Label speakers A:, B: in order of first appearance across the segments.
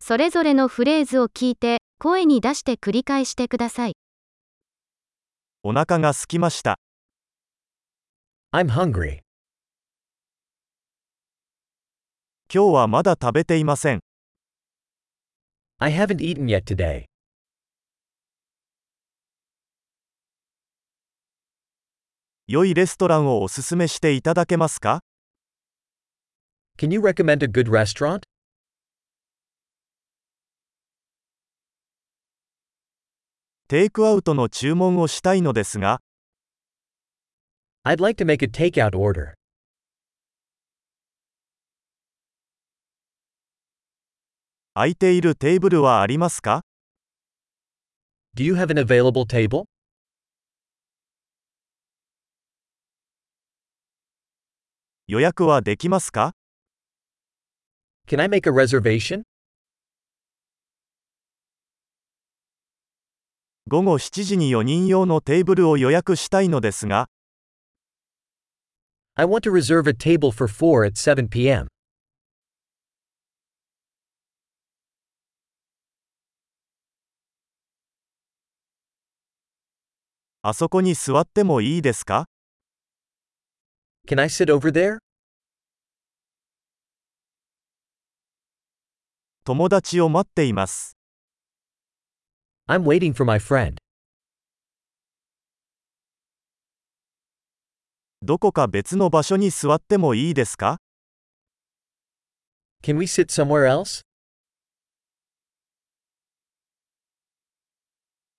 A: それぞれのフレーズを聞いて、声に出して繰り返してください。
B: お腹が空きました。
C: I'm hungry.
B: 今日はまだ食べていません。
C: I haven't eaten yet today.
B: 良いレストランをおすすめしていただけますか
C: Can you recommend a good restaurant?
B: テイクアウトの注文をしたいのですが、
C: I'd like to make a takeout order.
B: 空いているテーブルはありますか
C: Do you have an available table?
B: 予約はできますか
C: Can I make a reservation?
B: 午後7時に4人用のテーブルを予約したいのですが、
C: I want to reserve a table for 4 at 7 p.m.
B: あそこに座ってもいいですか
C: Can I sit over there?
B: 友達を待っています。
C: I'm waiting for my friend.
B: どこか別の場所に座ってもいいですか
C: Can we sit somewhere else?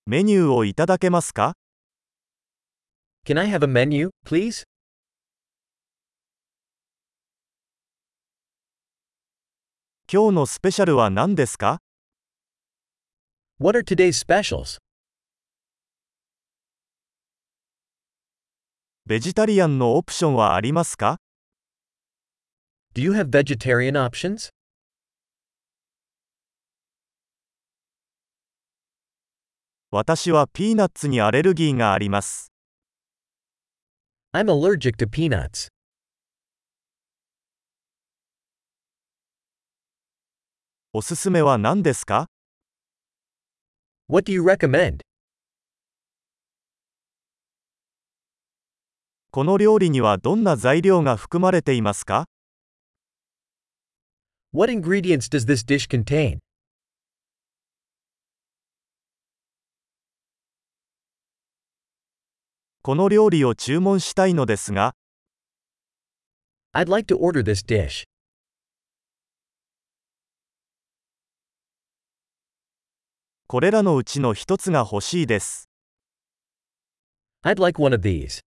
B: メニューをいただけますか
C: Can I have a menu, please?
B: 今日のスペシャルは何ですか
C: What are today's specials?
B: ベジタリアンのオプションはありますか
C: Do you have vegetarian options?
B: 私はピーナッツにアレルギーがあります。
C: I'm allergic to peanuts.
B: おすすめは何ですか
C: What do you recommend?
B: この料理にはどんな材料が含まれていますか
C: What ingredients does this dish contain?
B: この料理を注文したいのですが、
C: I'd like to order this dish.
B: これらのうちの一つが欲しいです。
C: I'd like one of these.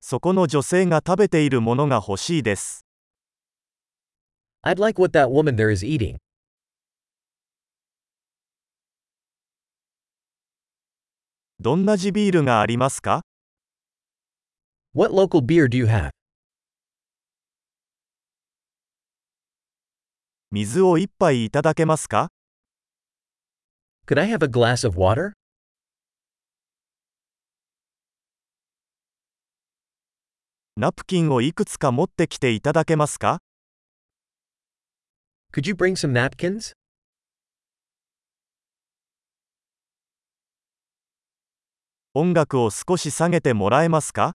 B: そこの女性が食べているものが欲しいです。
C: I'd like what that woman there is eating.
B: どんな地ビールがありますか
C: What local beer do you have?
B: 水を一杯いただけますか
C: Could I have a glass of water?
B: ナプキンをいくつか持ってきていただけますか
C: Could you bring some napkins?
B: 音楽を少し下げてもらえますか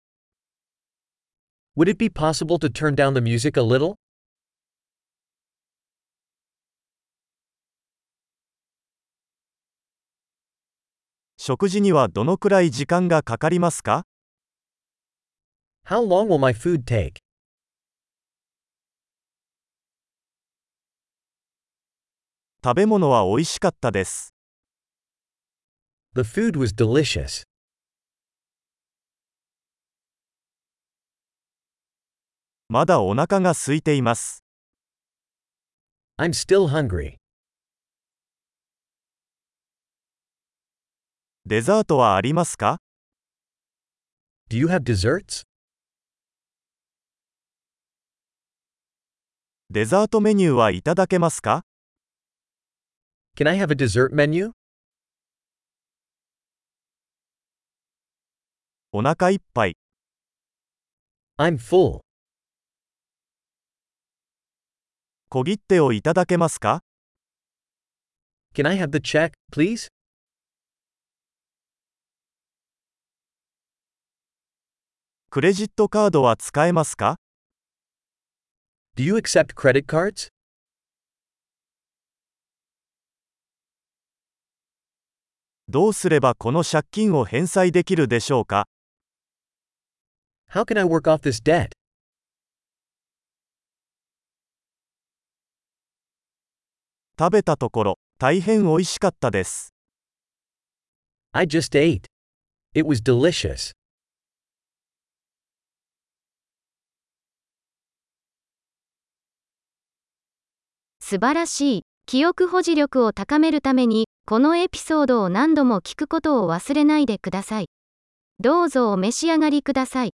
C: Would it be possible to turn down the music a little?
B: 食事にはどのくらい時間がかかりますか
C: How long will my food take?
B: 食べ物は美味しかったです。
C: The food was delicious.
B: まだお腹が空いています。
C: I'm still hungry.
B: デザートはありますか
C: Do you have desserts?
B: デザートメニューはいただけますか
C: Can I have a dessert menu?
B: お腹いっぱい。
C: I'm full.
B: 小切手をいただけますか
C: Can I have the check, please?
B: クレジットカードは使えますか
C: Do you accept credit cards?
B: どうすればこの借金を返済できるでしょうか
C: How can I work off this debt?
B: 食べたところ、大変美味しかったです。
C: I just ate. It was delicious.
A: 素晴らしい。記憶保持力を高めるために、このエピソードを何度も聞くことを忘れないでください。どうぞお召し上がりください。